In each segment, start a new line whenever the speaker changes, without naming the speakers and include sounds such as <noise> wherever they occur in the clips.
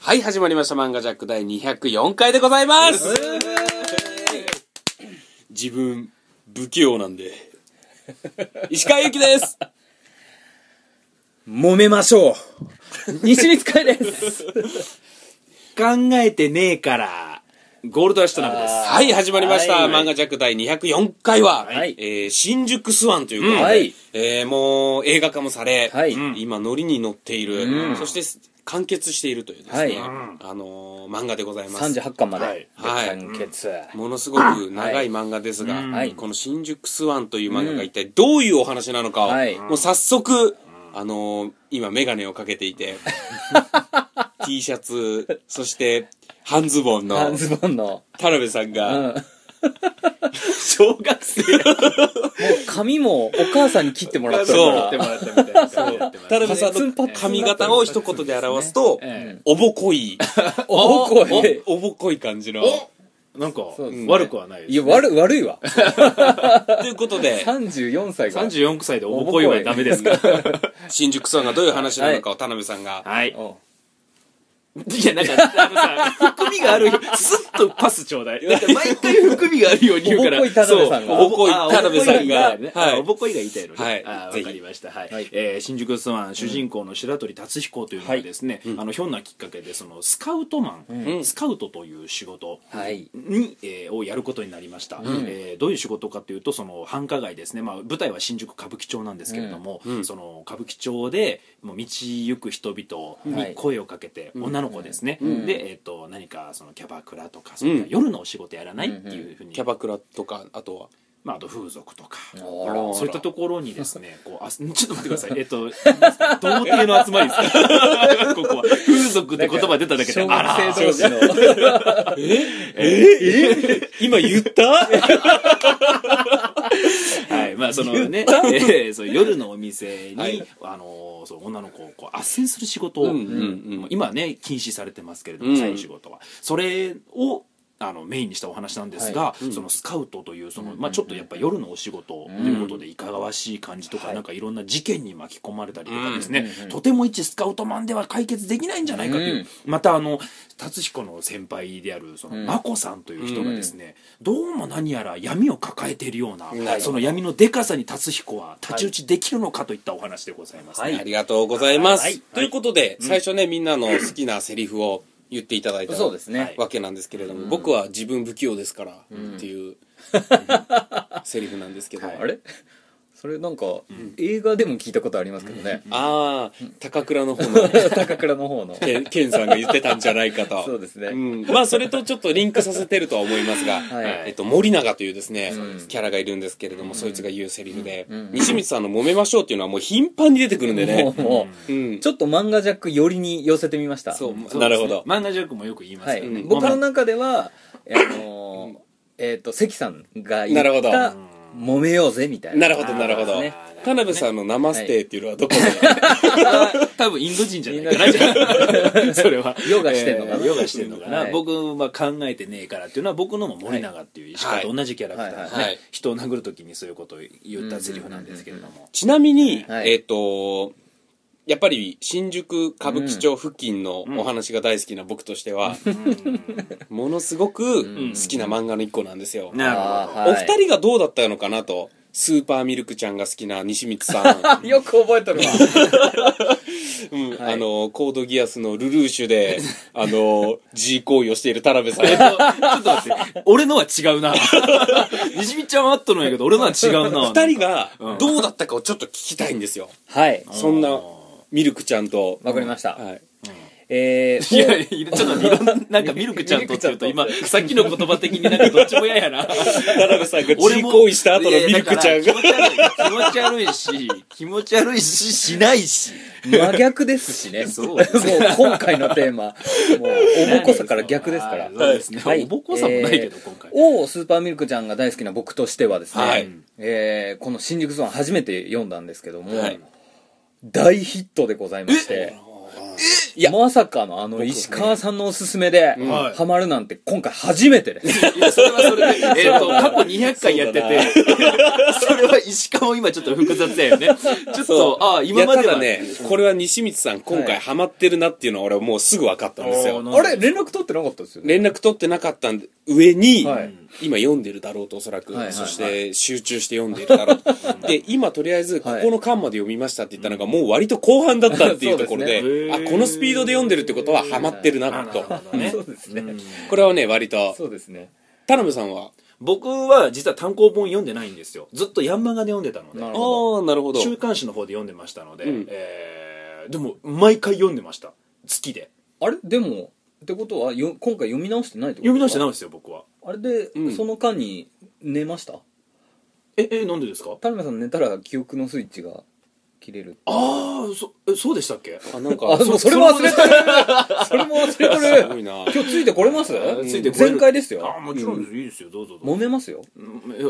はい、始まりました。漫画ジャック第204回でございます自分、不器用なんで。石川由紀です
揉めましょう西光海です
考えてねえから、ゴールドラッシュトラブです。
はい、始まりました。
はい
漫画ジャック第204回は、
はい
えー新宿スワンということで、
うんはい
えーもう映画化もされ、
はい
うん今、ノリに乗っている、そして完結しているというですね、
はい
あのー漫画でございます。
38巻まで、
はい
はい
完結、 <laughs>
ものすごく長い漫画ですが、
はい
この「新宿スワン」という漫画が一体どういうお話なのかを、
はい
もう早速、あのー今眼鏡をかけて
<laughs>
いて T シャツそして半ズボン
半
の
ズボンの、
田辺さ
う
ん
ん、
が、
もう
小学生
髪もお母さんに切ってもらったか
そう
や
ら
ってもらったみたいな感じでやっても
田
らっ
辺さん
ツンパ
の
ッツン
髪型を一言で表すと、
え
おぼこい
<laughs> おおこい
おおぼこい感じの
たなんか
そうですね
悪くはない
い
です
や悪い悪いわ
ということで
34歳が
34歳でおぼこいはダメですか
<laughs>
新宿スワンがどういう話なのかを田辺さんが、
はい
うん
いやなんかあのさ含みがあるスッとパスちょうだいなんか毎回含みがあるように言うから
おぼこい田辺さんが
そ
おぼこい田辺さんがはい
うあおぼこいあおぼこいが言いたいのね
はい
あ
ぜ
わ
ひ
かりましたはい
はい
えー新宿スワン主人公の白鳥達彦というのがですねあのひょんなきっかけでそのスカウトマ
うん
ンスカウトという仕事
はい
に、えーをやることになりました、えーどういう仕事かというとその繁華街ですね、まあ、舞台は新宿歌舞伎町なんですけれども、
うんうん
その歌舞伎町でもう道行く人々
はい
に声をかけて、女の子ですね、
ん
で、えー、と何かそのキャバクラとかそれから夜のお仕事やらないっていうふうに、
キャバクラとかあとは
まあ、あと風俗とか。
あ
ら
そういったところにですね、こう、あ、すちょっと待ってください。えっと、童貞の集まりですか <laughs> ここは。風俗って言葉出ただけで、
小
あら
学
ー
生同士の
今言った
はい、まあそのね、えーそう夜のお店に、
はい
あのーそう女の子をこう斡旋する仕事を、
うんうんうん
今ね禁止されてますけれど
う
も、
ん
そういう仕事はそれをあのメインにしたお話なんですが、
うん
そのスカウトというその、まあ、ちょっとやっぱ夜のお仕事ということでいかがわしい感じとか、
はい
なんかいろんな事件に巻き込まれたりとかですね、
うんうんうん
とても一スカウトマンでは解決できないんじゃないかという、
うん
またあの達彦の先輩であるその、
うん
眞子さんという人がですね、どうも何やら闇を抱えているような、
はい
その闇のでかさに達彦は太刀打ちできるのかといったお話でございます、ね
ありがとうございます。
はい
ということで、最初ね、みんなの好きなセリフを言っていただいた
そうですね、
はい
わけなんですけれども、僕は自分不器用ですからっていう、セリフなんですけど。
はい
あれそれなんか、映画でも聞いたことありますけどね、
ああ、高倉の方の、
<laughs> 高倉の方の
けケンさんが言ってたんじゃないかと。
そうですね
ん。まあ、それとちょっとリンクさせてるとは思いますが、
はい
えっと、森永というですね、
うん
キャラがいるんですけれども、そいつが言うセリフで、
うん
西光さんの揉めましょうっていうのはもう頻繁に出てくるんで
も
ね。
うも
う。
うんちょっと漫画ジャック寄りに寄せてみました
そう、
そうですね
なるほど。
漫画ジャックもよく言います
は
よ
い、
ね、
うん
僕の
ま
中では、あのーえっ、と関さんが言
なるほ
っ
ど
た揉めようぜみたいな
なるほど、なるほど
ね。
田辺さんのナマステっていうのはどこで、
あ多分インド人じゃないかな <laughs> それは
ヨガしてんのかな
えーヨガしてんのかな、
はい
僕は考えてねえからっていうのは僕のも森永っていう石川と同じキャラクターで、ね
はいはい
人を殴る時にそういうことを言ったセリフなんですけれども、
<laughs> ちなみに、
はい
えっ、と、やっぱり新宿歌舞伎町付近のお話が大好きな僕としては、ものすごく好きな漫画の一個なんですよ。
なるほど
あーはい
お二人がどうだったのかなと、スーパーミルクちゃんが好きな西光さ
<laughs>
ん、
あよく覚えとるわ
うん
はい
あの、コードギアスのルルーシュで、あの、G 行為をしている田辺さん。
ちょっと待って俺のは違うな西見ちゃんはあったのやけど俺のは違うな
二人が
うん
どうだったかをちょっと聞きたいんですよ。
はい
そんなミルクちゃんと。
わかりました、
はい。
えー
いやいや、ちょっといろんな、なんかミルクちゃんとっていうと、今、さっきの言葉的になんかどっちも嫌やな。
田辺さんが G 行為した後のミルクちゃんが。
気持ち悪いし、気持ち悪いし、しないし。
真逆ですしね
そう
<laughs> もう
です
今回のテーマもうおぼこさから逆ですから
そうですね。
<laughs> はい
おぼこさもないけど、
えー
今回。
をスーパーミルクちゃんが大好きな僕としてはですね、
はい
えーこの「新宿ゾーン」初めて読んだんですけども、
はい
大ヒットでございまして
いや
まさかのあの石川さんのおすすめで
はい
ハマるなんて今回初めてです
いやそれはそれで、えっと、過去200回やってて、 <laughs> それは石川も今ちょっと複雑だよね。ちょっと、ああ、
今
今
ま
ま
で
で
は
は
ね、これは西光さん今回ハマってるなっていうのは俺はもうすぐ分かったんです
おー
よ
な
あれ連絡取ってなかったですよね
連絡取ってなかったんで上に、
はい
今読んでるだろうとおそらく、
はいはいはい
そして集中して読んでいるだろうとで今とりあえずこ
はい
この巻まで読みましたって言ったのがもう割と後半だったっていうところで
そうですね
あこのスピードで読んでるってことはハマってる
あ
な
なる
と
ほどね
そうですね
これはね割と
そうですね
田辺さんは
僕は実は単行本読んでないんですよ。ずっとヤンマガで読んでたので
な。る
ああ
ほ
ーなるほど
週刊誌の方で読んでましたので、
うん
えーでも毎回読んでました好きで
どあれでもってことはよ今回読み直してないってこと
読み直してな
い
いんですよ僕は
あれで、
うん
その間に寝ました
ええなんでですか
田辺さん寝たら記憶のスイッチが切れる
ああそえそうでしたっけ
あなんか
あでもそれも忘れてるそれも忘れて
すご
る
いな
今日ついてこれます
うんついてこれる
全開ですよ
あーもちろんですいいですよどうぞ
揉
どうぞ
めますよ
うん <laughs> ええ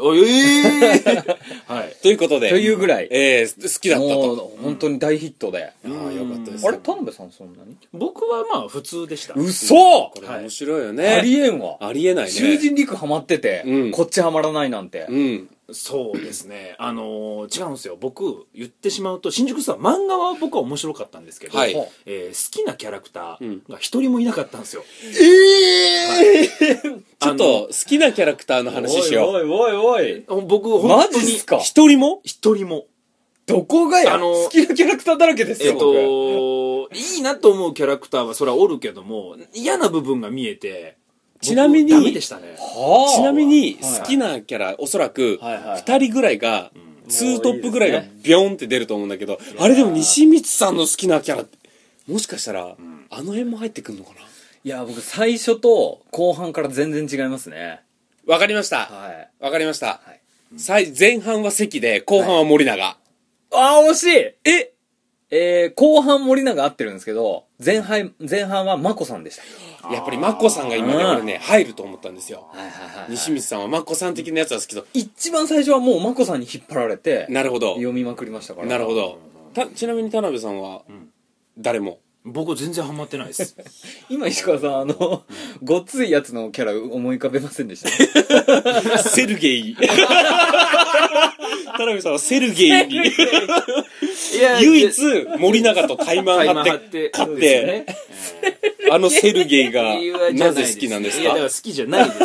ーはい
ということで
というぐらい
えー好きだった
もう
と
本当に大ヒットで
ああーよかったです
あれ田辺さんそんなに
僕はまあ普通でした
嘘
これ面白いよね、
ありえんわ
ありえないね
囚人陸ハマってて、
うん
こっちハマらないなんて、
うん
そうですねあのー違うんですよ僕言ってしまうと新宿さん漫画は僕は面白かったんですけど、
はい
は
えー好きなキャラクターが一人もいなかったんですよ、
ええちょっと好
あ
きなキャラクターの話しよう
おいおいおいおい
僕本
マ
当
ジっ
に
すか
一人も
一人も
どこがや、
あの
好きなキャラクターだらけです
え
よ、
っと、いいなと思うキャラクターはそれはおるけども、嫌な部分が見えて、
ちなみに
僕ダメでしたね。
僕はあ
ちなみに
はい
好きなキャラおそらく
はいはい
2人ぐらいが2トップぐらいが
もういい
ビョンって出ると思うんだけどあれでも西光さんの好きなキャラってもしかしたらあの辺も入ってくんのかない
や僕最初と後半から全然違いますね
わかりました
はい
わかりました
はい
最前半は関で後半は森永
あー惜しい
え
えー、後半森永合ってるんですけど前半前半は眞子さんでした
やっぱりマッコさんが今ね
うん
俺ね入ると思ったんですよ
はいはいは
西光さんはマッコさん的なやつは好きだ
一番最初はもう眞子さんに引っ張られて
なるほど
読みまくりましたから
なるほどたちなみに田辺さんは誰も <laughs>
僕全然ハマってないです。
今石川さんあのごっついやつのキャラ思い浮かべませんでした
セルゲイ。
<laughs>
田辺さんはセルゲイに、
い
<laughs>
や
唯一森永とタイマン張って、勝って、あのセルゲイが、なぜ好きなんです
いや、
か
だから好きじゃな
<laughs>
いです。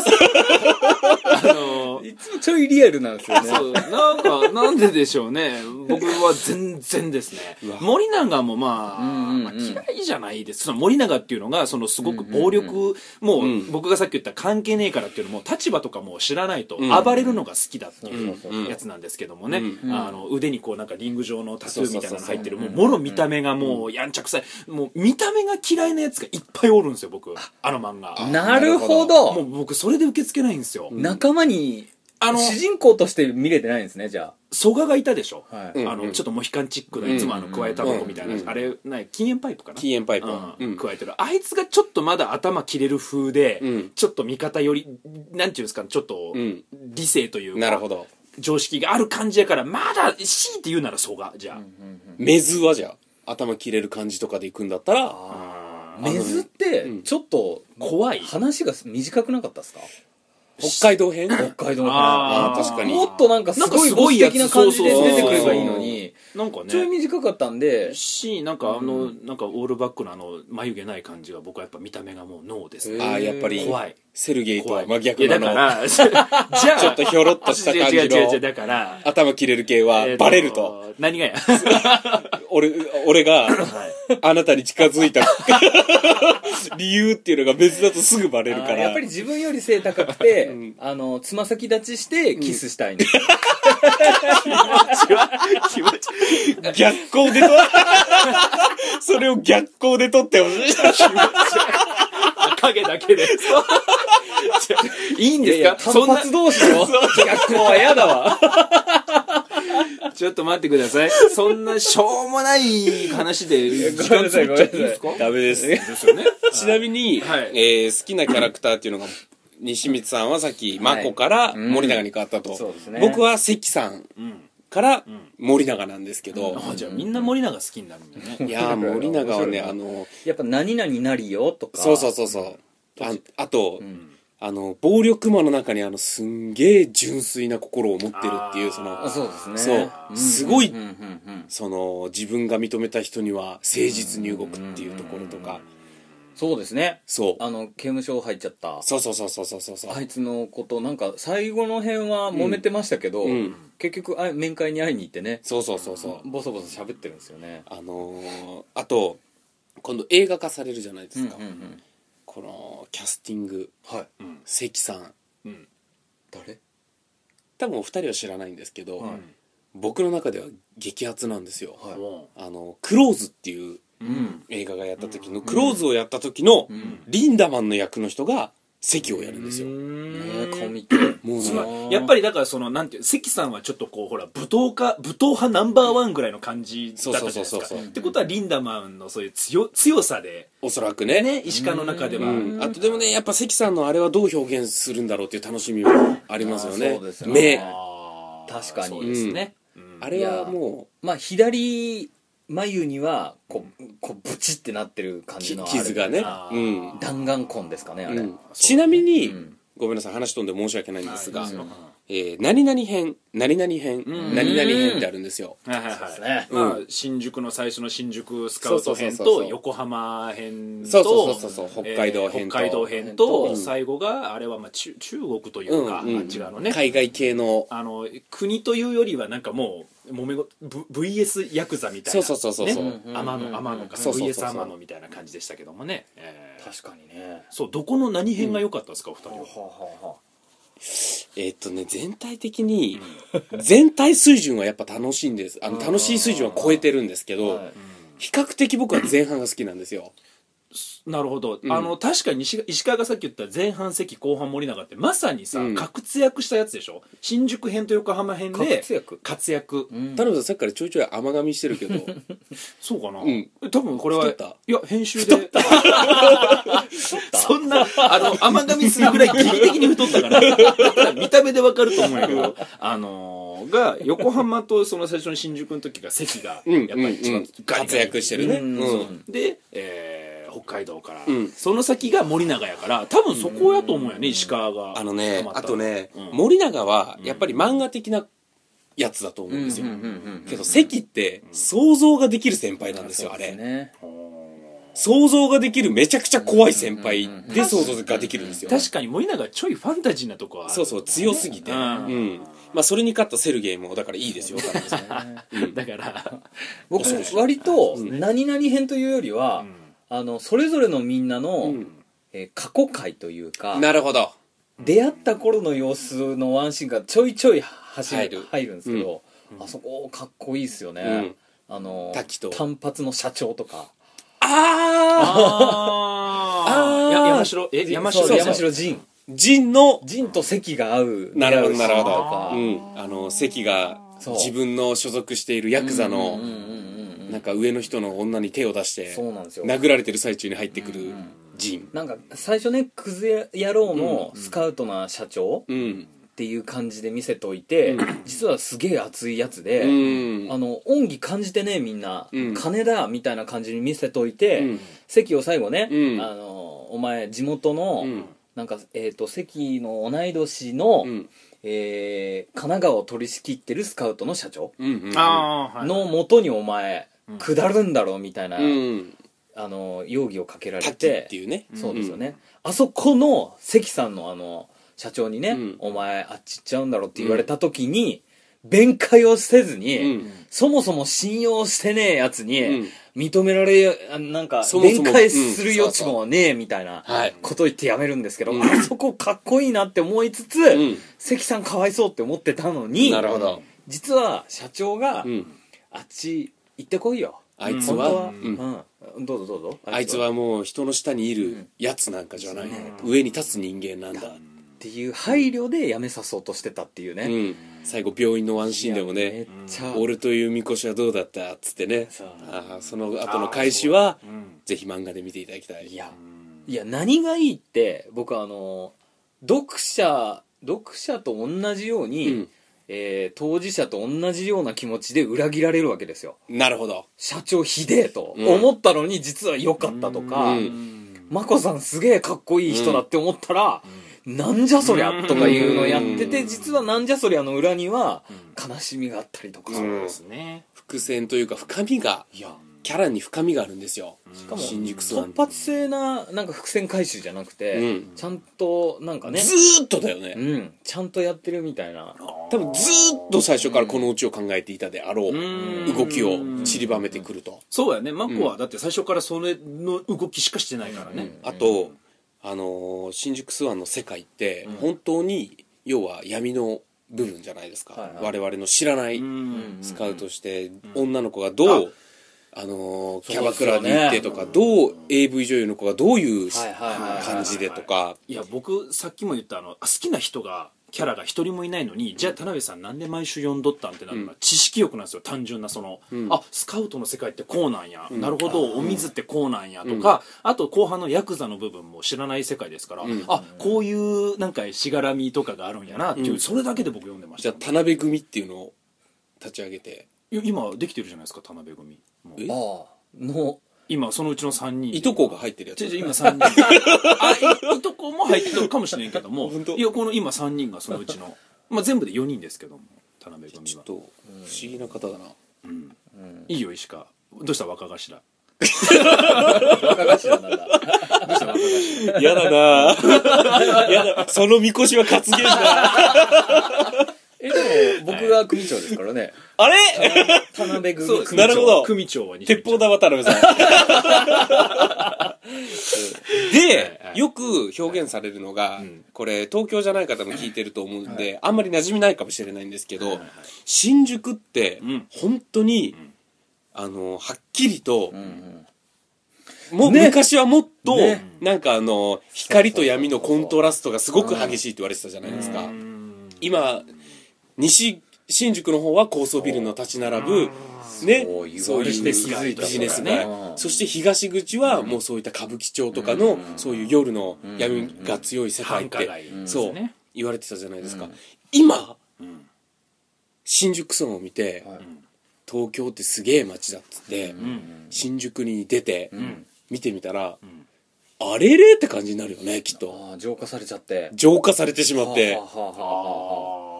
あの、
いつもちょいリアルなんですよね
そう、なんか、なんででしょうね。僕は全然ですね
うわ。
森永もまあ、
うんうんうん
まあ嫌いじゃないです。その森永っていうのが、そのすごく暴力、も
う
うん僕がさっき言った関係ねえからっていうのも、立場とかも知らないと
うん
暴れるのが好きだってい
そ
う
うそうそう
やつなんですけどもね
う。
あの、腕にこうなんかリング状のタトゥーみたいなの入って
そ
る、
う
も
そう
う
そう
もろ見た目がもうやんちゃくさい。もう見た目が嫌いなやつがいっぱいおるんですよ、僕。あの漫画。
なるほ
も
ど
う僕それで受け付けないんですよ。
仲間に
あの
主人公として見れてないんですねじゃ
蘇我がいたでしょ。
あ、はい
うん
あのちょっとモヒカンチックのいつもあの
うん
加えたばこみたいな、
うん
あれない禁煙パイプかな
禁煙パイプ
う
うんん
加えてるあいつがちょっとまだ頭切れる風で、
うん
ちょっと味方よりなんていうんですかちょっと
うん
理性というか、
なるほど。
常識がある感じやからまだ強いて言うなら蘇我じゃあ、
メズはじゃあ、頭切れる感じとかで行くんだったら、
あー
メズって
うん
ちょっと
怖い
話が短くなかったですか
北海道編
北海道の
あ
ー確かに
もっとなんかす
なんか
ごい
す
ご
ごい
い
やつ
的な感じで出てくればいいのに
なんか
ちょい
ね
短かったんで
しなんかあの、なんかオールバックのあの眉毛ない感じが僕はやっぱ見た目がもうノーです
あ
ね
あ、やっぱり、
怖い
セルゲイと
怖
はい真逆な
の
の、
だからじゃ
<laughs>
あ
ちょっとひょろっとした感
<laughs> 違う
じ
違う違う違う
の、
だから
頭切れる系はバレると。
えー。何がや
俺、俺が、あなたに近づいた <laughs> 理由っていうのが別だとすぐバレるか
あー
ら。
やっぱり自分より背高く
<laughs>
て、
ん
あのつま先立ちしてキスしたいんです、
気持ち
逆光で撮 <laughs> それを逆光で撮ってほしい。
影だけで。じゃあいいんですか
単
そんな、
発同士
<laughs>
の逆光は嫌だわ
ちょっと待ってください。そんな、しょうもない話で、
ごめんなさい
時間作っちゃっていいですか
ダメです。
ですよね。
ちなみに、
はい
えー好きなキャラクターっていうのが、西光さんはさっき、マコから
うん
森永に変わったと。
そうですね
僕は関さん
うん
から
ん
森永なんですけど、
あじゃあみんな森永好きになるんだね
いやー森永はねあの
やっぱ何々なりよとか
そうそうそうそうああと、
ん
あの暴力魔の中にあのすんげえ純粋な心を持ってるっていうその
あそうですね
そうすごい
うんうんうん
その自分が認めた人には誠実に動くっていうところとか、
そうですね
そう
あの刑務所入っちゃった
そうそうそうそうそうそうそう
あいつのことなんか最後の辺は揉めてましたけど、
うんうん
結局あい面会に会いに行ってね
そうそうそうそう
ボソボソ喋ってるんですよね
あのーあと今度映画化されるじゃないですか、
うんうんうん
このキャスティング
はい
うん
関さん
うん
誰
多分お二人は知らないんですけど、
はい
僕の中では激アツなんですよ、
はい
も
あの「クローズ」っていう
う
うん
映画がやった時の、クローズをやった時の、
うん
リンダマンの役の人が関をやるんですよ、
え
ー
ー、
ん
顔見て
もう
つ
そ
ま
の
りやっぱりだからそのなんていう関さんはちょっとこうほら武闘家武闘派ナンバーワンぐらいの感じだったじゃないです
そうそう
か
そうそう
ってことはリンダマンのそういう強強さで
おそらくね
ね石川の中で
う
は
ん、あとでもねやっぱ関さんのあれはどう表現するんだろうっていう楽しみもありますよ
あー
ね
そうですよね
目
あー
確かに
そうですねうん
あれはも
まあ左眉にはこうこうブチってなってる感
う
じ
き
のあれ
傷がね
あ、
う
ー
ん
弾丸痕ですかねあれ、
うんちなみに、
ん
ごめんなさい話飛んで申し訳ないんですが、
は
う
い
ん
えー何々編何々編、
ん
何々編ってあるんですよ、
はいはい
そうです
はい
ね
まあ新宿の最初の新宿スカウト編
そうそうそう
と
そう
横浜編と
そうそうそうそうそう
えー
北海道編と
北海道編
う
と
ん
最後があれはまあ中中国というかあっ
うんうん
ち側のね
海外系の
あの国というよりはなんかもう揉めご V- VS ヤクザみたい
そう
な
そうそうそう
ね
そう
うん
天野天野か
そうそうそうそう
VS 天野みたいな感じでしたけどもねえー
確かにね
そうどこの何編が良かったですかお二人
は
は
あはあはあ
えーっとね全体的に全体水準はやっぱ楽しいんですあの楽しい水準は超えてるんですけど、
はい
比較的僕は前半が好きなんですよ
なるほど、
うん
あの確かに石石川がさっき言った前半席後半森永ってまさにさ、
うん
活躍したやつでしょ新宿編と横浜編で
活躍
活躍、
うん
田辺さんさっきからちょいちょい甘噛みしてるけど
そうかな、
うん
多分これは
太った
いや編集で <laughs> そんなあの甘噛みするぐらい劇的に太 <laughs> ったからだから見た目でわかると思うんやけどあのーが横浜とその最初の新宿の時が関がやっぱ
うん
り一
うんう
番
ん活躍してるね
うん
うん
で、えー北海道から、
うん
その先が森永やから多分そこやと思うよね、石川が
あのね
ハマった
あとね、
うん
森永はやっぱり漫画的なやつだと思うんですよ、
うんうんうんうん
けど関って想像ができる先輩なんですよ、
そう
あ
で
れ
すね
想像ができるめちゃくちゃ怖い先輩で想像ができるんですよ
確かに森永ちょいファンタジーなとこはある
そうそう強すぎて、
う
うんんまあ、それに勝ったセルゲイもだからいいですよ田辺さん
だから、
<laughs> 僕
恐ろしい
割と何々編というよりは、あのそれぞれのみんなの、
うん
えー過去回というか <laughs>
なるほど
出会った頃の様子のワンシーンがちょいちょい走
入
る
る
入るんですけど、あそこかっこいいですよね、あの
滝と
単発の社長とか
ああ
あ
ー
あ山城え山城
そう
山
山
城
城仁
仁の、
仁と関が合う
なるほどなる
出会うシー
ほ
ンと
ど
か、
うん、あの関が
そう
自分の所属しているヤクザの
うんうんうんうん
なんか上の人の女に手を出して
そうなんですよ
殴られてる最中に入ってくる仁
なんか最初ねクズ野郎のスカウトな社長
うん
っていう感じで見せといて、実はすげえ熱いやつで、
うん
あの恩義感じてねみんな、
うん
金だみたいな感じに見せといて、
うん
関を最後ね、
うん
あのお前地元の、
うん
なんか、えー、と関の同い年の、
うん
えー神奈川を取り仕切ってるスカウトの社長
うんうん
あーはい
の元にお前、下るんだろうみたいな、
うん
あの容疑をかけられ
滝
て
っていうね
そうですよね、あそこの関さんのあの社長にね、
うん
お前あっち行っちゃうんだろって言われた時に、弁解をせずに、
うん
そもそも信用してねえやつ
うん
に認められよあなんか
そもそ
弁
も
解する余地もねえみたいな
はい
こと言ってやめるんですけど、
うん
あそこかっこいいなって思いつつ、
うん
関さんかわいそうって思ってたのに
なるほど
実は社長が、
うん
あっち行ってこいよ
あいつ
本当は、
は
う
うんん
どうぞどうぞ
あいつはもう人の下にいるやつなんかじゃない上に立つ人間なんだ
っていう配慮でやめさそうとしてたっていうね、
うん最後病院のワンシーンでも
めっ
ね
ちゃ、
俺というみこしはどうだったっつってね
そう
あーその後の開始は
うん
ぜひ漫画で見ていただきたい
いやいや何がいいって僕あの読者読者と同じように、
うん
えー当事者と同じような気持ちで裏切られるわけですよ
なるほど
社長ひでえと
うん
思ったのに実は良かったとか、
うん
マコさんすげえかっこいい人だって思ったら、なんじゃそりゃとかいうのやってて、
うん
実はなんじゃそりゃの裏には悲しみがあったりとか、
うん
そうですね
伏線というか深みが
いや
キャラに深みがあるんですよ
し
かも
新宿スワン
突発性ななんか伏線回収じゃなくて、
うん
ちゃんとなんかね
ずーっとだよね
うん、ちゃんとやってるみたいな
多分ずーっと最初からこのうちを考えていたであろ
うん
う動きを散りばめてくると
そうやねマコはだって最初からそれの動きしかしてないからね、
あとあのー新宿スワンの世界って
うん
本当に要は闇の部分じゃないですか、
はいはい
我々の知らない
うん
スカウトして女の子がどう、あのーキャバクラに行ってとか、
そうです
どう AV 女優の子がどういう
はいはいはいはい
感じでとか
いや僕さっきも言ったあの好きな人がキャラが一人もいないのに、じゃあ田辺さんなんで毎週読んどったんってなるのは、
うん
知識欲なんですよ単純なその、
うん
あスカウトの世界ってこうなんや、
うん
なるほどお水ってこうなんやとか、あと後半のヤクザの部分も知らない世界ですから、
うん
あこういうなんかしがらみとかがあるんやなっていう、
うん
それだけで僕読んでまし
じゃ
た
あ田辺組っていうのを立ち上げて
いや今できてるじゃないですか田辺組もう
え
ああの
今そのうちの3人で
いとこが入ってるや
ちょ
つ
ちょ今3人 <laughs> あいいとこも入ってるかもしれんけども
本当
いやこの今3人がそのうちの、まあ、全部で4人ですけども田辺組
ちょ
は
っと不思議な方だな、
うん
うん
いいよ石川どうした若頭
若頭なんだ
どうした若頭
やだ <laughs> なやだそのみこしは活言だ
<laughs> えでも僕が組長ですからね
あれ
田辺組
そ
組
うです
長
なるほど
組長は西
鉄
口
砲玉田 <laughs> 辺さんで、
はいはい
よく表現されるのが、
うん
これ東京じゃない方も聞いてると思うんで、あんまり馴染みないかもしれないんですけど、
はいはい
新宿って
うん
本当に、
ん
あのはっきりと
う、ん
もう
ね
昔はもっと、
ね
なんかあの光と闇のコントラストがすごく激しいって言われてたじゃないですか、
うん
今西新宿の方は高層ビルの立ち並ぶ
そ
ね
う言われて
そういうビ
気づいた
ジネス
そうだ
街
ね
そして東口はもうそういった歌舞伎町とかのそういう夜の闇が強い世界っ
繁華
て
街ですね
そう言われてたじゃないです
う
か
ん
今
うん
新宿村を見て
はい
東京ってすげえ街だっつって
うん
うん
新宿に出て
うん
見てみたら
うん
あれれって感じになるよねきっと
ああ浄化されちゃって
浄化されてしまって
はあはあは
あ
あはあ
ー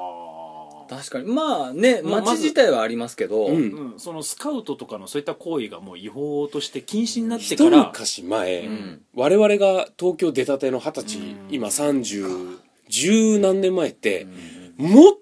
確かにまあね
まあ
街自体はありますけど、
うん
うん、そのスカウトとかのそういった行為がもう違法として禁止になって
一
から
昔前、
ん
我々が東京出たての二十歳、
うん
今30十何年前って
う、ん
もっ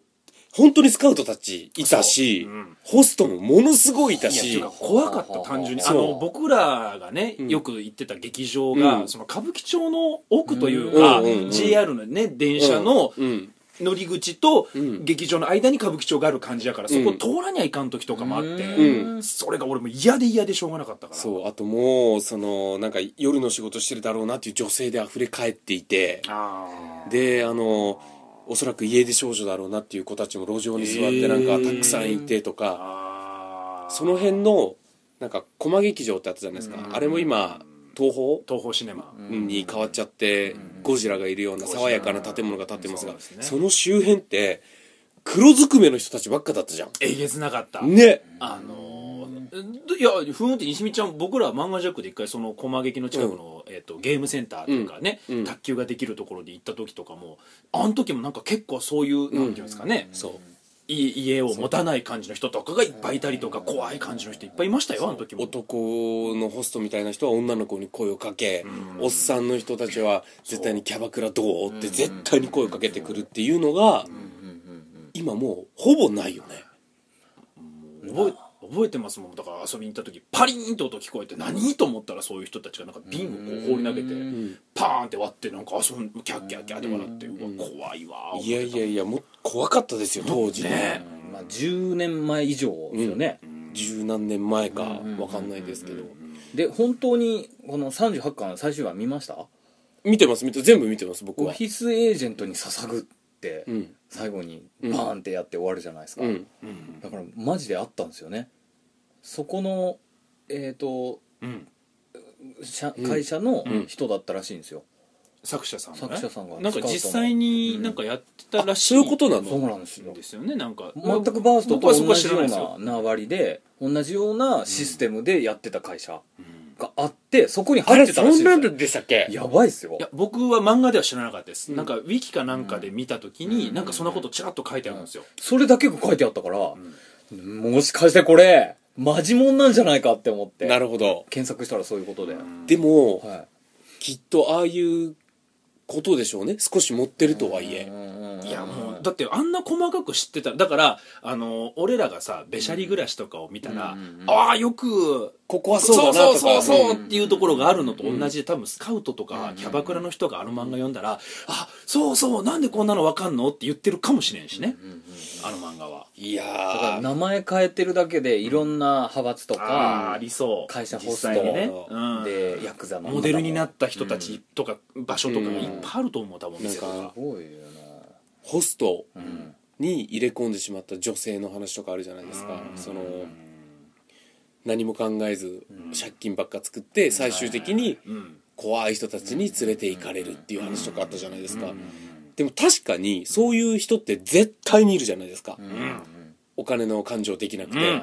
本当にスカウトたちいたし、
うん
ホストもものすごいいた
いや
し
ちょっと怖かった単純にあ
そう
の僕らがね
うん
よく行ってた劇場が、
うん
その歌舞伎町の奥というか、
うんうんうん
JR のね電車の
うん
乗り口と
うん
劇場の間に歌舞伎町がある感じやから、そこ通らにはいかん時とかもあって、
うん
それが俺も嫌で嫌でしょうがなかったから
そうあともうそのなんか夜の仕事してるだろうなっていう女性で溢れ返っていて
あー
であのおそらく家出少女だろうなっていう子たちも路上に座っ
へ
て
ー
なんかたくさんいてとか、
あー
その辺のなんか駒劇場ってあったじゃないですか、
うん
あれも今東宝
東宝シネマ、
に変わっちゃって、ゴジラがいるような爽やかな建物が建ってますが、
そうですね
その周辺って黒ずくめの人たちばっかだったじゃん
えげつなかった、
ね
あのーいやふーんって西見ちゃん僕ら漫画ジャックで一回その駒劇の近くの、えっとゲームセンターというかね、
うんうん
卓球ができるところで行った時とかもあの時もなんか結構そういう、なんていうんですかね
そう
い家を持たない感じの人とかがいっぱいいたりとか怖い感じの人いっぱいいましたよあの時も
男のホストみたいな人は女の子に声をかけ、
うん
おっさんの人たちは絶対にキャバクラどうって絶対に声をかけてくるっていうのが今もうほぼないよね
覚え覚えてますもんだから遊びに行った時パリーンと音聞こえて何と思ったらそういう人たちがなんか瓶をこう放り投げて
ん
パーンって割ってなんか遊んキャッキャッキャッって笑ってうわ怖いわー
いやいやいやもう怖かったですよ当時
ね
まあ、10年前以上ですよね、
十何年前かわかんないですけど
で本当にこの38巻最終話見ました
見てます見て全部見てます僕
オ
は
フィスエージェントに捧ぐって、
うん
最後にバーンってやって終わるじゃないですか、
うん
うん
だからマジであったんですよねそこのえっ、と
うん
社会社の人だったらしいんですよ、
作者さんがね
作者さんが
なんか実際になんかやってたらしい、
そういうことな
そう
の
なんですよ
ですよねなんか
全くバースト
僕
と
はそこ
同
は
じ
知ら
よう
ないですよ、
な縄張りで同じようなシステムでやってた会社があってそこに
あ
入っ
れ
てた
そ
らし
ん
いで
な
すよ
んでしたっけ
やばいっすよ
いや僕は漫画では知らなかったです、
うん
なんかウィキかなんかで見た時に、
うん
なんかそんなことちらっと書いてあるんですよ、
それだけが書いてあったから
う、ん
もしかしてこれマジモンなんじゃないかって思って
なるほど
検索したらそういうことで、は
でも、
い、
きっとああいうことでしょうね少し持ってるとはいえ
え
いやもうだってあんな細かく知ってただからあの俺らがさべしゃり暮らしとかを見たら、
うんうんうん
ああよく
ここは
そう
そうだな
そう
と
そう
か
そう
う
っ
ん
ていうところがあるのと同じで多分スカウトと
うんうんう
か
ん
キャバクラの人があの漫画読んだら「あそうそうなんでこんなのわかんの?」って言ってるかもしれんしねあの漫画は。
い
だから
やー
名前変えてるだけでいろんな派閥と
あーあ
か
りそう
会社ホスト
実際にね、うん
でヤクザの
モデルにな
て
った人たちとか場所とかがいっぱいあると思う多分
なん
店と
か
か
すごいよ
ホスト
なうん
に入れ込んでしまった女性の話とかあるじゃないですか
うん
その何も考えず借金ばっか作って最終的に
うん
怖い人たちに連れて行かれるっていう話とかあったじゃないですか
うん
でも確かにそういう人って絶対にいるじゃないですか
うん
お金の感情できなく
うん
て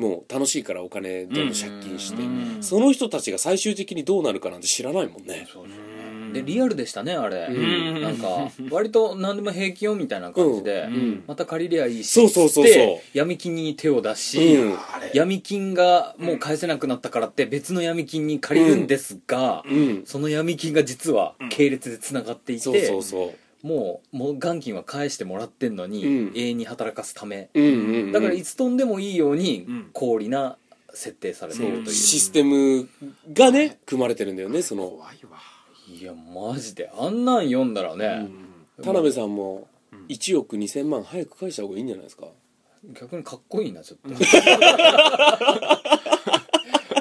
もう楽しいからお金どんどん借金して
うん
その人たちが最終的にどうなるかなんて知らないもんね
そうそう
うん
でリアルでしたねあれ、
ん
なんか割と何でも平気よみたいな感じで、
うん
また借りりゃいいし
そうそうそうそう
つって闇金に手を出し、
うん
あれ
闇金がもう返せなくなったからって別の闇金に借りるんですが、
うん
その闇金が実は系列でつながっていて、
そうそうそ
もうもう元金は返してもらってんのに、
うん
永遠に働かすため
ううんうんうん
だからいつ飛んでもいいように
うん
高利な設定されているとい
そ
うう
システムがね組まれてるんだよねその
怖いわ
いやマジであんなん読んだらね、
田辺さんも
うん
1億2000万早く返した方がいいんじゃないですか
逆にかっこいいなちょっと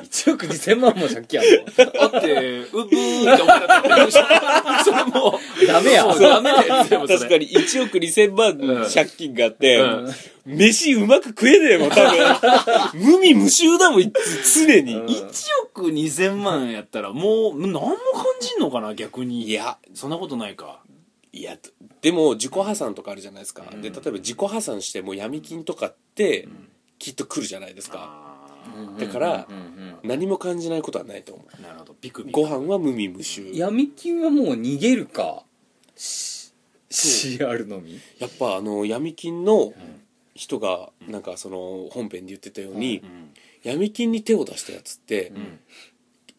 1億2000万も借金あるの
だってうぶーって思ったそれも
ダメや
そうダメだよでもそれ
確かに1億2000
うん
万借金があって、
うん
飯うまく食えねえもん多分無味無臭だもんいつ常に、
うん
1億2000万やったらもう何も感じんのかな逆に
いや
そんなことないか
いやでも自己破産とかあるじゃないですか、
うん
で例えば自己破産してもう闇金とかってきっと来るじゃないですか、
あ
だから
うんうん
何も感じないことはないと思う
ーなるほどビクビク
ご飯は無味無臭や
闇金はもう逃げるかし CR のみ
っぱあの闇金の人がなんかその本編で言ってたように、
うん
闇金に手を出したやつって、
ん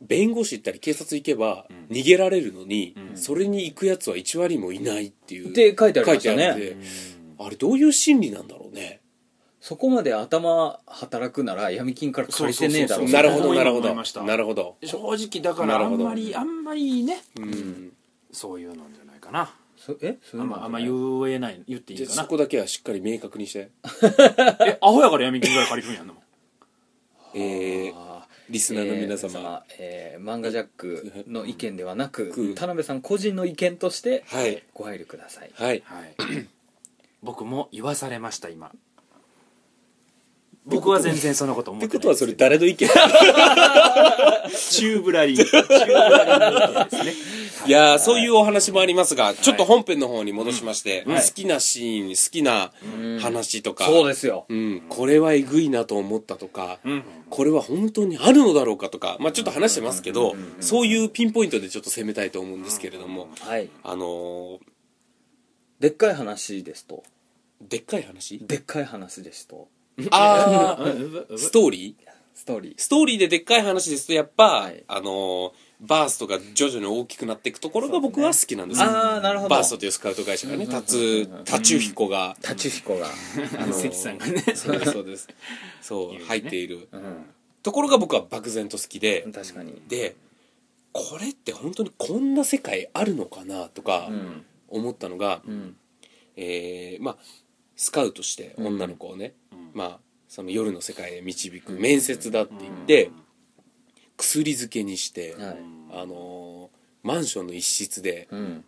弁護士行ったり警察行けば
うん
逃げられるのに、
うん
それに行くやつは1割もいないっていう
って書いてありました
書いてあるん
ね
であれどういう心理なんだろうね
そこまで頭働くなら闇金から借りてねえだろ
そう
なるほどなるほ
思いました
どなるほど
正直だか
な
ら
る
あ
ほ
ん
ど
まりあんまりね
うん
そういうのんじゃないかな
そえそう
あ
いうんの
まあんま言えない言ってい
じゃ
い
あ
か
そ
な
こだけはしっかり明確にして
えアホやから闇金ぐらい借りるんやんの
えー
あー
リスナーの皆様
えー皆様えー漫画ジャックの意見ではな
う
く
ん
田辺さん個人の意見として
はい
ご配慮ください
はい
<laughs> はい僕も言わされました今僕は全然そんなこと思
っ
って
て
な
ことは
い
それ誰の意
<laughs>
見
チューブラ <laughs> リーチューブラリーですね
いやーそういうお話もありますがちょっと本編の方に戻しまして
はい
好きなシーン好きな話とか
そうですよ
うんこれはえぐいなと思ったとか
うん
これは本当にあるのだろうかとか、まあ、ちょっと話してますけど
うんうんうんうん
そういうピンポイントでちょっと攻めたいと思うんですけれども
はい
あのー
でっかい話ですと
でっかい
<laughs>
話
でっかい話ですと
ああ
<laughs>
ストーリー
ストーリー
ストーリーででっかい話ですとやっぱ、
はい
あのーバーストが徐々に大きくなっていくところが僕は好きなんですよ
ああなるほど
バーストというスカウト会社がねタツタチュヒコが、
タチュヒコが
あのー
関さんがね
そうですそうですそう
いうね
入っている
うん
ところが僕は漠然と好きで、
確かに
でこれって本当にこんな世界あるのかなとか
うん
思ったのが、
うん
えーまあスカウトして女の子をね、
うん
まあその夜の世界へ導く面接だって言って、薬漬けにして、
はい
あのーマンションの一室で、
うん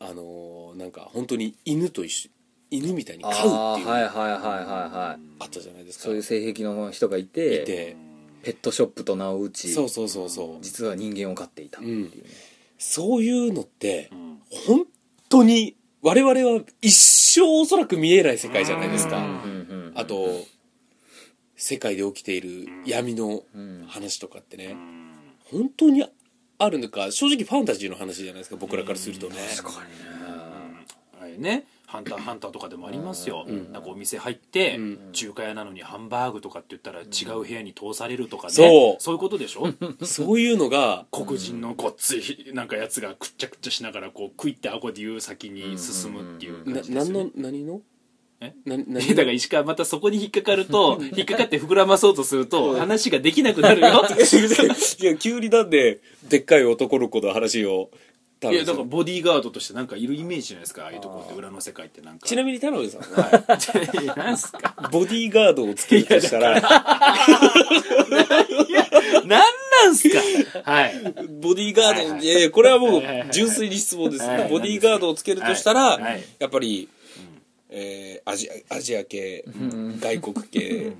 あのーなんか本当に犬と一緒犬みたいに飼
あ
うって
あ
い
ーはいは
う
い
あ
はいはいはい
ったじゃないですか
そういう性癖の人がいて
いて
ペットショップと名を打ち
そうそうそうそう
実は人間を飼っていたっていうね
うんそういうのって本当に我々は一生おそらく見えない世界じゃないですか
うん
あと世界で起きている闇の話とかってね本当にあるのか正直ファンタジーの話じゃないですか僕らからするとね
あれね「ハンターハンター」とかでもありますよ、なんかお店入って、
うん
中華屋なのにハンバーグとかって言ったら違う部屋に通されるとかね、
そう
そういうことで
<laughs>
しょ
そういうのが
黒人のごっついなんかやつがくっちゃくちゃしながらこう食いって顎で言う先に進むっていう
な
感じです
何
よ <laughs> ね
の何の
え
<laughs> な何
だから石川またそこに引っかかる
<laughs>
と引っかかって膨らまそうとすると話ができなくなるよ
いや急になんででっかい男の子の話を多
い
分
やだからボディーガードとしてなんかいるイメージじゃないですかああいうところって裏の世界ってなんか
ちなみに田辺さんは
はい、 <laughs> なん
<laughs>
すか
ボディーガードをつけるとしたら
なんなんすかはい
ボディーガ
はい
ード
はい
いやいやこれはもう
はいはいはい
純粋に質問です
はいはい
ボディーガードをつけるとした
は
ら
いはい
やっぱりえーアジアアジア系外国系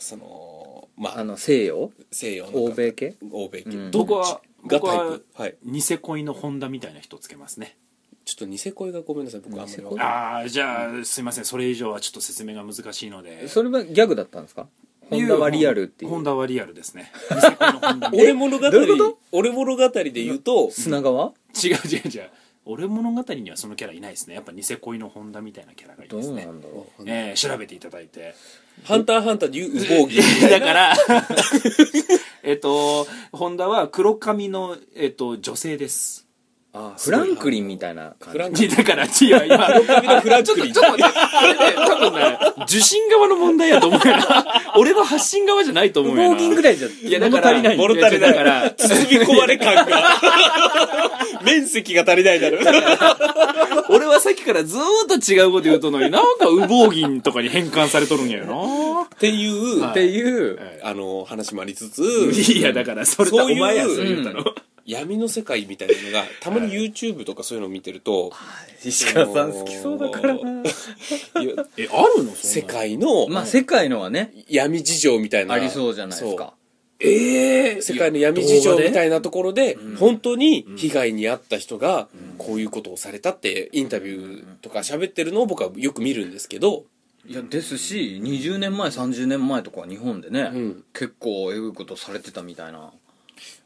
そのま
あ
あ
の西洋
西洋の
欧米系
欧米系
うん
ど
僕
こ
は
が
僕
タイ
は
プはい
ニセ恋のホンダみたいな人つけますね
ちょっとニセ恋がごめんなさい僕あんまりわかんない
ああじゃあすいませんそれ以上はちょっと説明が難しいので
それはギャグだったんですかホンダはリアルってい
ホン
う
ダはリアルですねニセ恋のホンダみたい
俺物語
どういうこと
俺物語で言うと
砂川
な違う違う違う俺物語にはそのキャラいないですねやっぱニセ恋のホンダみたいなキャラがいい
ど
です
う
ね
なんだろ
えー、調べていただいて
ハンターハンターで言う羽毛着
だから、 <laughs> えっと、ホンダは黒髪の、えっと、女性です。
うあフランクリンみたいな感
フラン
じ
クリン
だから、ちは今、黒髪
のフランクリン
ちょっと、ちょっと待って、これね、多分ね、受信側の問題やと思うよな。俺の発信側じゃないと思うよな。
合金ぐらいじゃ
いや、だか
物
ら、
足りない
物足りない
やだから、
包み込まれ感が面積が足りないだろ
<laughs> 俺はさっきからずーっと違うこと言うとんのに、なんか、羽毛銀とかに変換されとるんやよな。
っていう、
は
っていう
あの話もありつ
<laughs>
つ
いや、だから、それと
そう
お
いう
前や、それ言ったの。
闇の世界みたいなのがたまに YouTube とかそういうのを見てると
石川さん好きそうだから
<laughs>
ない
や
え、あるの
世。界の
まあ世界のはね
闇事情みたいな
ありそうじゃないですか
ええ
そう世界の闇事情みた
い
いなところで本当に被害に遭った人がこういうことをされたってインタビューとか喋ってるのを僕はよく見るんですけど
いやですし20年前30年前とかは日本でね、
うん
結構えぐいことされてたみたいな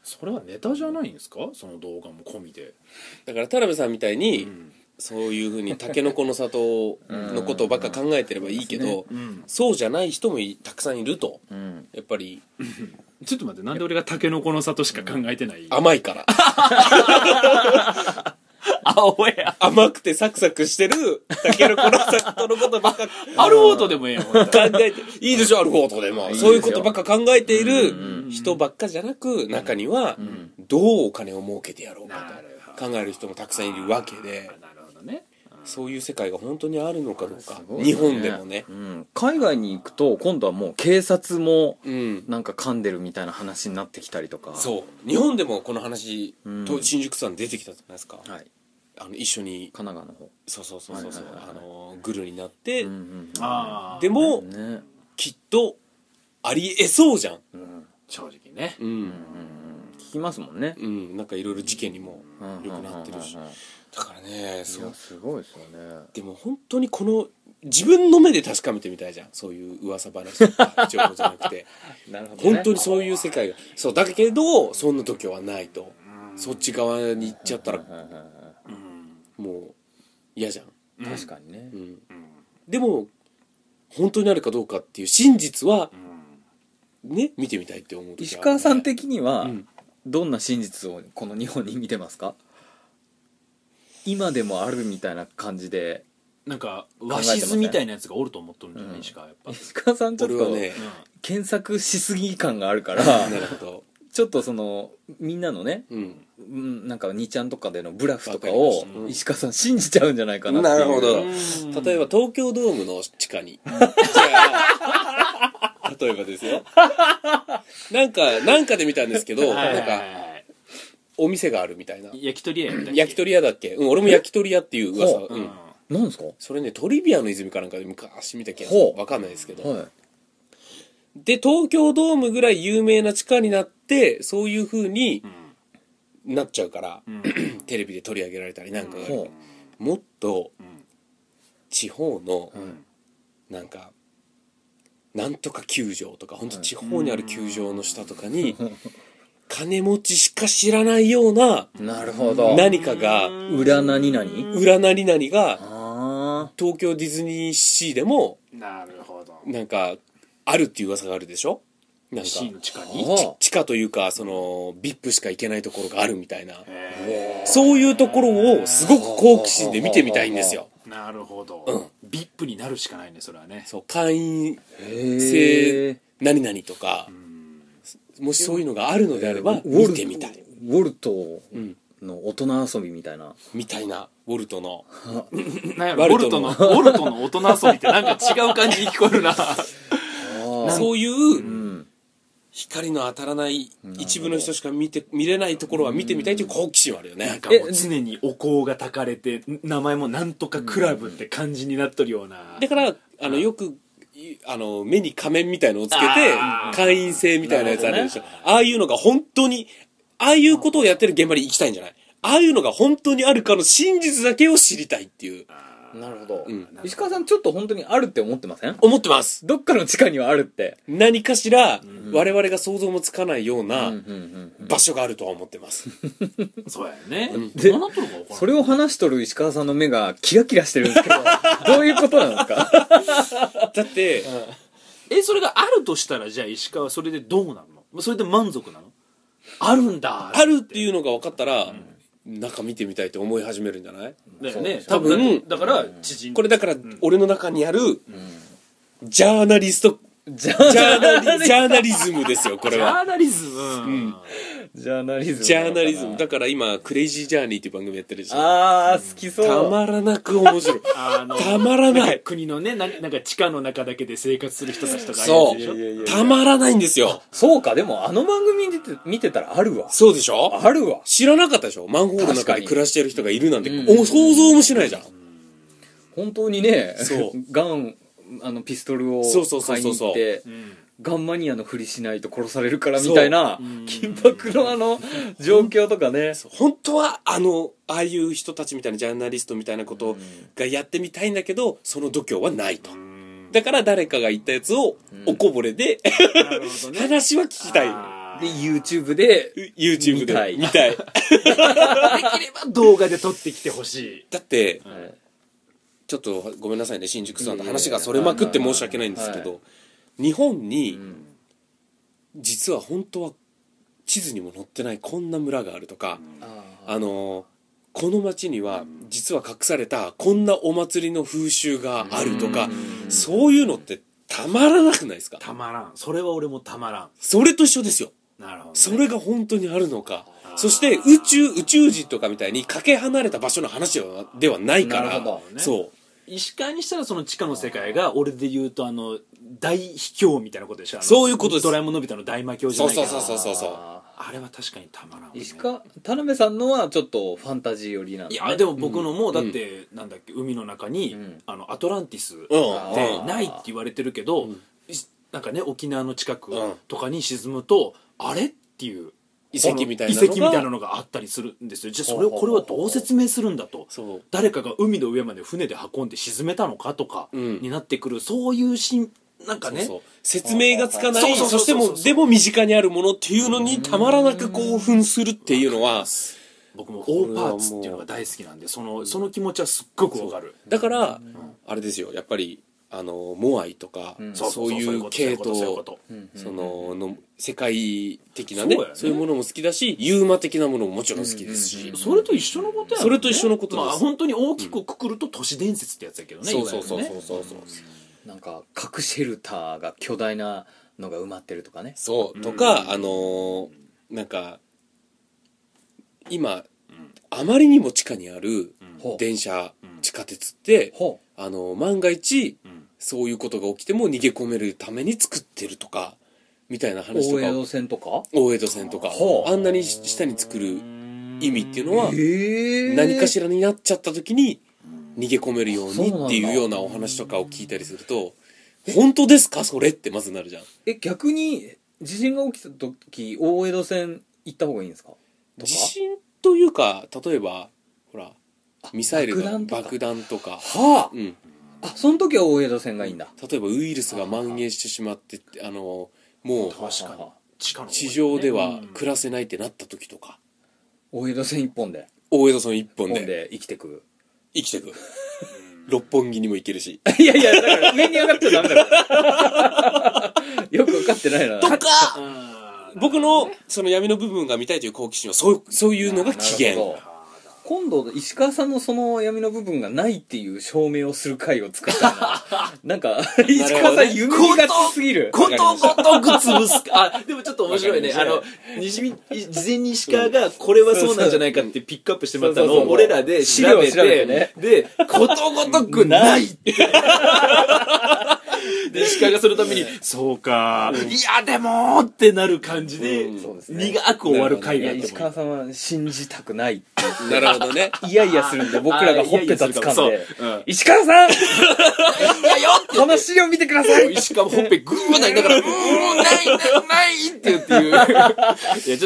それはネタじゃないんですかその動画も込みで。
だから田辺さんみたいにそういうふうにたけのこの里のことばっか考えてればいいけど
ん
そうじゃない人もいたくさんいると
うん
やっぱり
ちょっと待って、なんで俺がタケノコの里しか考えてない
甘いから
あ、おや。
甘くてサクサクしてるタケノコの里のことばっか
アルフォートでもええやん、ほんと
考えていいでしょアルフォートでも
ですよ
そういうことばっか考えている人ばっかじゃなく中にはどうお金を儲けてやろうか
なる
と考える人もたくさんいるわけで
なるほどね。
そういう世界が本当にあるのかどうか
すごいね
日本でもね
うん、海外に行くと今度はもう警察も
うん
なんか噛んでるみたいな話になってきたりとか
そう日本でもこの話
うん
と新宿さん出てきたじゃないですか
はい
あの一緒に
神奈川の方
そうそうそうそうそう
はいはいはい
あ
はい
のグルになって
うんうん
ああ。
で、も
うんね
きっとありえそうじゃん
うんうん
正直ね。
うん
聞きますもんね
うんなんかいろいろ事件にも
うん
よくなってるし
うんうんうんうん
だからね
い
そう
やすごいですよね
でも本当にこの自分の目で確かめてみたいじゃんそういう噂話と
<laughs>
か情報じゃなくて
なるほ
本当にそういう世界がそうだけどそんな度胸はないとそっち側に行っちゃったらもう嫌じゃん、
確かにね
うん、でも本当になるかどうかっていう真実はね見てみたいって思う時は
石川さん的には
うん
どんな真実をこの日本に見てますか今でもあるみたいな感じで
なんか、
ま
和
せん
紙みたいなやつがおると思っとるんじゃな
う
い
ん
しか、やっぱ。
石川さんちょっ
俺は
と
ね
検索しすぎ感があるから
なるほど、
ちょっとそのみんなのね
うん、
うんなんか2ちゃんとかでのブラフとか
わか
を
りましたうん
石川さん信じちゃうんじゃないかなっていう
なるほど
うん
例えば、東京ドームの地下に、じゃあ <laughs> 例えばですよなんかなんかで見たんですけど
は
な
い
ん
はい
か
はい
お店があるみたいな
焼き鳥屋やったっけ
焼き鳥屋だっけ、うん、俺も焼き鳥屋っていう噂、
ほ
う
うんん、。
なんですか
それねトリビアの泉かなんかで昔見た気がす
ほ
る
う
わかんないですけど、
はい
で東京ドームぐらい有名な地下になってそういう風になっちゃうから、
うん
テレビで取り上げられたりなんかがある
ほ
もっと
うん
地方の
うん
なんかなんとか球場とか本当地方にある球場の下とかに金持ちしか知らないような
うなるほど
何かが
裏何々
裏何々が
あ
東京ディズニーシーでも
なるほど
なんかあるっていう噂があるでしょなんか
C の地下
あ
に
は
地下というかその VIP しか行けないところがあるみたいな
へ
そういうところをすごく好奇心で見てみたいんですよ
ーなるほど VIP になるしかないねそれはね
そう会員
あへ
制
え
何々とか
うん
もしそういうのがあるのであれば
ウォル
見てみたい
ウォルト
うん
の大人遊びみたいな
みたいなウォルトの
なんや
ワ
ろ
ルト
ボルト
の
のボルトの大人遊びってなんか違う感じに聞こえるな
あ
そういううん光の当たらない一部の人しか見て見れないところは見てみたいという好奇心はあるよ
なん
ね
かもう常にお香が焚かれて名前もなんとかクラブって感じになっとるような
だからあのよくいあの目に仮面みたいのをつけて
あー
会員制みたいなやつあるでしょああいうのが本当にああいうことをやってる現場に行きたいんじゃないああいうのが本当にあるかの真実だけを知りたいっていう
なるほど、
うん
石川さんちょっと本当にあるって思ってません
思ってます
どっかの地下にはあるって
何かしら我々が想像もつかないような
うんうん
場所があるとは思ってます
そうやね
うん
どうなっとるか分からん
それを話しとる石川さんの目がキラキラしてるんですけ
<laughs>
どどういうことなんですか
だって
えそれがあるとしたらじゃあ石川はそれでどうなるのそれで満足なのあるんだ
あるっていうのが分かったら中見てみたいって思い始めるんじゃない
だよね
多分
だからだから知人
これだから
ん
俺の中にあるジャーナリスト
じゃあ
<laughs> ジャーナリジャーナリズムですよこれ
ジャ
は
ーナリズム、うん
ジャーナリズム
ジャーナリズム
だ
だから今「クレイジージャーニー」っていう番組やってるでしょ
あー好きそう
たまらなく面白い <laughs>
あの
たまらない
んか国のねななんか地下の中だけで生活する人たちとか
そ
ああいうやつでしょ
うたまらないんですよ
そうかでもあの番組見てて見てたらあるわ
そうでしょ
あるわ
知らなかったでしょマンホールの
確か
中
に
に暮らしてる人がいるなんて
うん
お想像もしないじゃん
本当にね
そう
<laughs> ガンあのピストルを
そうそうそう
買い
そう
に行
そう
って
うん
ガンマニアのふりしないと殺されるから
そう
みたいな <laughs>
うん
緊迫のあの状況とかね
本当はあのああいう人たちみたいなジャーナリストみたいなことがやってみたいんだけどその度胸はないとだから誰かが言ったやつをおこぼれで、
なるほどね
<laughs> 話は聞きたい
あ
で
ー
YouTube で
YouTube で
見たい
見
<laughs>
たい
できれば動画で撮ってきてほし
だって
はい
ちょっとごめんなさいね新宿さんと話がそれまくって申し訳ないんですけど日本に実は本当は地図にも載ってないこんな村があるとか、あのーこの町には実は隠されたこんなお祭りの風習があるとかそういうのってたまらなくないですか
いたまらんそれは俺もたまらん
それと一緒ですよ
なるほどね
それが本当にあるのかそして宇宙宇宙人とかみたいにかけ離れた場所の話ではではないか
な
ら
るほ
どね
そう
石川にしたらその地下の世界が俺で言うとあの大秘境みたいなことでしょあの
そういうことです
ドラえもんのび太の大魔境じゃないけど
そうそうそうそう
あ
あれは確かにたまらんわ
ー
ね
石川田辺さんのはちょっとファンタジー寄りなん
い
で
やでも僕のもだって、なんだっけ海の中に、
うん
あのアトランティスっ
うん
て
うん
ないって言われてるけど、いなんかね沖縄の近く
うん
とかに沈むと、あれっていう
遺跡みたいな
この遺
のが
跡みたいなのがあったりするんですよじゃあそれをこれはどう説明するんだと
そう
誰かが海の上まで船で運んで沈めたのかとか
うん
になってくる、そういうしんなんかね
そうそう説明がつかな
そ
いう
そうそ
そうして
そ
も
うそう
でも身近にあるものっていうのにたまらなく興奮するっていうのは
僕もオーパーツっていうのが大好きなんでそのその気持ちはすっごくわかる
だからあれですよやっぱりあのモアイとか
ん
そう
そ
いう
こと
系
そういうこ
統
と
うんうん
そのの世界的なね
そうやね
そういうものも好きだしユーマ的なものももちろん好きですし
それと一緒のことやもんね
それと一緒のことです
まあ本当に大きくくくると都市伝説ってやつやけどね
そうそうそう
いわゆ
そ
る
う
ね
そうそう
なんか核シェルターが巨大なのが埋まってるとかね
そうとかあのーなんか今あまりにも地下にある
ほう
電車
ん
地下鉄って
ほ
あの万が一
うん
そういうことが起きても逃げ込めるために作ってるとかみたいな
う
話と
大江
か
戸線とか
大江戸線とか
ほう
あんなに下に作る意味っていうのは
え
何かしらになっちゃった時に逃げ込めるよう
そう
に
なんだ
っていうようなお話とかを聞いたりすると「本当ですかそれ?」ってまずなるじゃん。
え逆に地震が起きた時大江戸線行った方がいいんですか
地震というか例えばほらミサイルが
爆弾とか
爆弾とか
は
うん、
ああその時は大江戸線がいいんだ
例えばウイルスが蔓延してしまってあのもう
確かに地下の方
地上では暮らせないってなった時とか
大江戸線一本で
大江戸さん一本
本
で
で生きてく <laughs>
生きてく六本木にも行けるし
いやいやだから上に上がっちゃダメだからよく <laughs> 分かってないな
とか
あー
僕のその闇の部分が見たいという好奇心はそうそういうのが起
なるほ
源
ど今度石川さんのその闇の部分がないっていう証明をする回を作った
<laughs>
らなんか石川さん夢見がちすぎる
ことごとく潰すあでもちょっと面白いね
わか
あ
りま
の西見事前に石川がこれはそうなんじゃないかってピックアップしてもらったのを俺らで調べ
資料を調べ
て
てね
でことごとくないってで石川がその
<laughs>
ために「そうかいやでも」ってなる感じで
うん
そうですね
苦く終わる回
い
があ
や
って
石
も
川さんは信じたくないって
なるほどね
いやいやするんで僕らがほっぺた掴ん
そう
で
うん
石川さん
いやよって
この資料見てください
石川もほっぺグーなりな <laughs> がら、うーん、ない、ない、ないって言うっていう。いや、ちょっ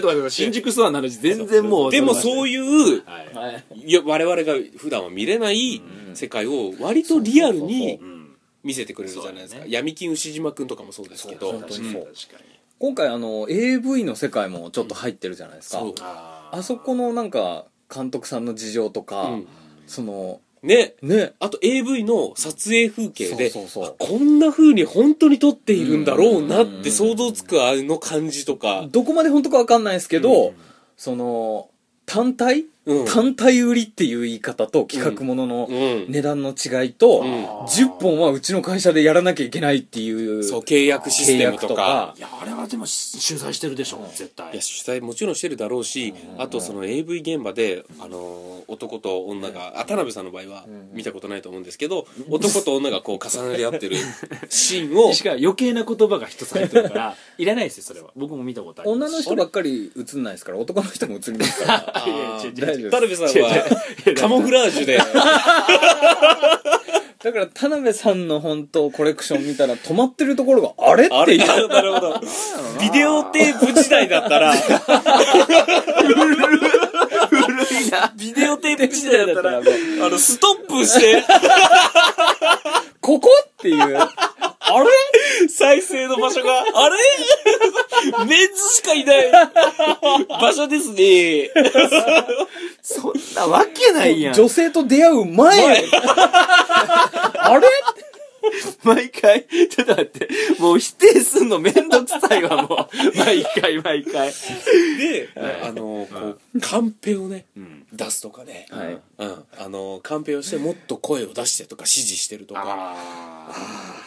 と待って、新宿スワンの話全然も
<laughs>
う。
でもそう
いう。
いう
はい。
はい
いや我々が普段は見れない世界を割とリアルに
うん。
見せてくれるじゃないです
そ
か
うだね
闇金牛島くんとかもそうですけど
そうそうそう
確かに
今回あの AV の世界もちょっと入ってるじゃないですか、
そう
あ
あそこのなんか監督さんの事情とか、
うん
その
ね
ね
あと AV の撮影風景で
そうそうそう
あこんな風に本当に撮っているんだろうなって想像つくあの感じとか、
どこまで本当か分かんないですけど、その単体、
うん
単体売りっていう言い方と企画ものの
うん
値段の違いと、
うん
10本はうちの会社でやらなきゃいけないっていう
そう契約シス
契
テム
約
とか
とか
いや、あれはでも、取材してるでしょ、絶
い
対
や。主催もちろんしてるだろうし、あとその AV 現場で、あのー男と女が、あ田辺さんの場合は見たことないと思うんですけど、男と女がこう重なり合ってるシーン
<laughs>
を
しか余計な言葉が一つ入ってる
<laughs>
から、いらないですよ、それは。僕も見たことありま
女
す。
の人ばっかり映んないですから男の人も映りますから <laughs>
いやいや違う違う
大丈夫です
田辺さんは <laughs> カモフラージュで
だから田辺さんの本当コレクション見たら止まってるところがあれ
あれなるほどビデオテープ時代だ
<laughs>
ったら
古いな。
ビデオテープ時代だったらあのストップして
ここっていう
あれ再生の場所
<laughs>
が、あれメンズしかいない場所ですね。
そんなわけないやん。
女性と出会う前 <laughs> あれ
毎回、ちょっと待って、もう否定すんのめんどくさいわ、もう。毎回、毎回。
で、あの、こう、カンペをね、
ん
出すとかね。
はい
うん。あの、カンペをしてもっと声を出してとか指示してるとか、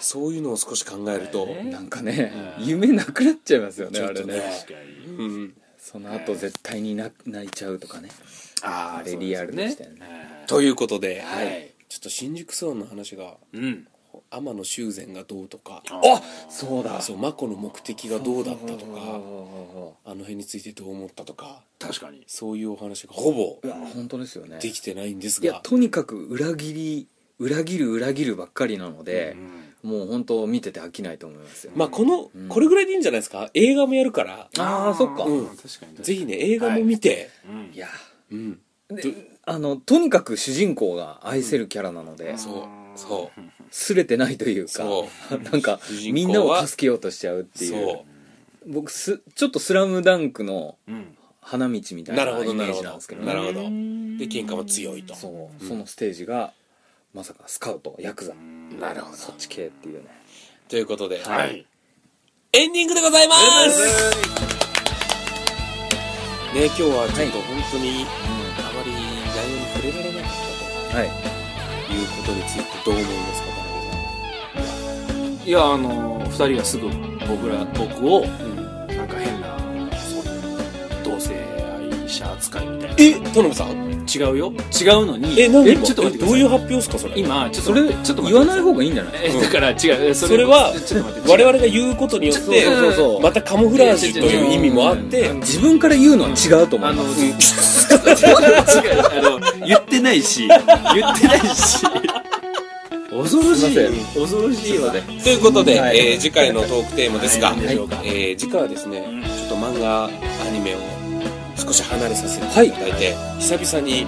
そういうのを少し考えると、
なんかね、夢なくなっちゃいますよね
ちょ
あ
っ
れ
とね
ね
かに。
うん。
その後絶対にな泣いちゃうとかね
あ
あれリアルでしたよね
<laughs> ということで、
はい
ちょっと新宿騒音の話が、
うん。
天野修禅がどうとか、
そうだ
そう、真子の目的がどうだったと
あ
か、あの辺についてどう思ったとか、
確かに。
そういうお話がほぼ
いや本当ですよね
できてないんです
いや
が、
とにかく裏切り裏切る裏切るばっかりなので、もう本当見てて飽きないと思いますよ、
まあこの、
うん
これぐらいでいいんじゃないですか映画もやるから
ああそっか、
うん
確かに。
ぜひね映画も見て、
うん
いや
うん
で
ど
あのとにかく主人公が愛せるキャラなので、
そうそう
すれてないというか
そ
<laughs> なんか
主人公
み
は
んなを助けようとしちゃうっていう
そ
僕すちょっと「スラムダンクの
うん。
花道みた
う
い
な
な
るほ
イ
どな
メー
るほ
ジ
ど
なんですけどね
なるほどで喧嘩も強いと
そうそのステージがまさかスカウトヤクザ
なるほど
そっち系っていうね
ということで、
はい。
エンディングでございますね今日はちょっと本当に、あまり内容に触れられなかっ
はい
たということについてどう思いますか田辺さん
いや、あのー、二人がすぐ僕ら、僕を、なんか変な、そういう同性愛者扱いみたいな。
え田辺さん
違うよ。違うのに。
え何
ちょっと待ってくだ
ど
さ
う
い。
いう発表ですかそれ
今、ちょっと
そ
待
れ
って、ちょっと
言わない方
が
がいいんじゃない
え、だから違う。
それは
ちょっと待って
我々が言うことによっ
そう
て
そうそう
またカモフラージュという意味もあって
うん自分から言うのは違うと思います
<laughs> 違うあの言ってないし言ってないし恐ろしい恐ろしいわね
ということで、
はい
えー次回のトークテーマですが、
はい
えー次回はですね、ちょっと漫画アニメを少し離れさせていただいて、久々に
はい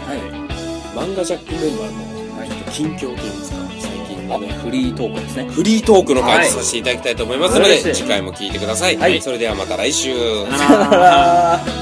漫画ジャックメンバーのちょっと近況というんですか最近のね
あフリートークですね
フリートークの会とさせていただきたいと思いますので、次回も聞いてください、
はい
それではまた来週
さよなら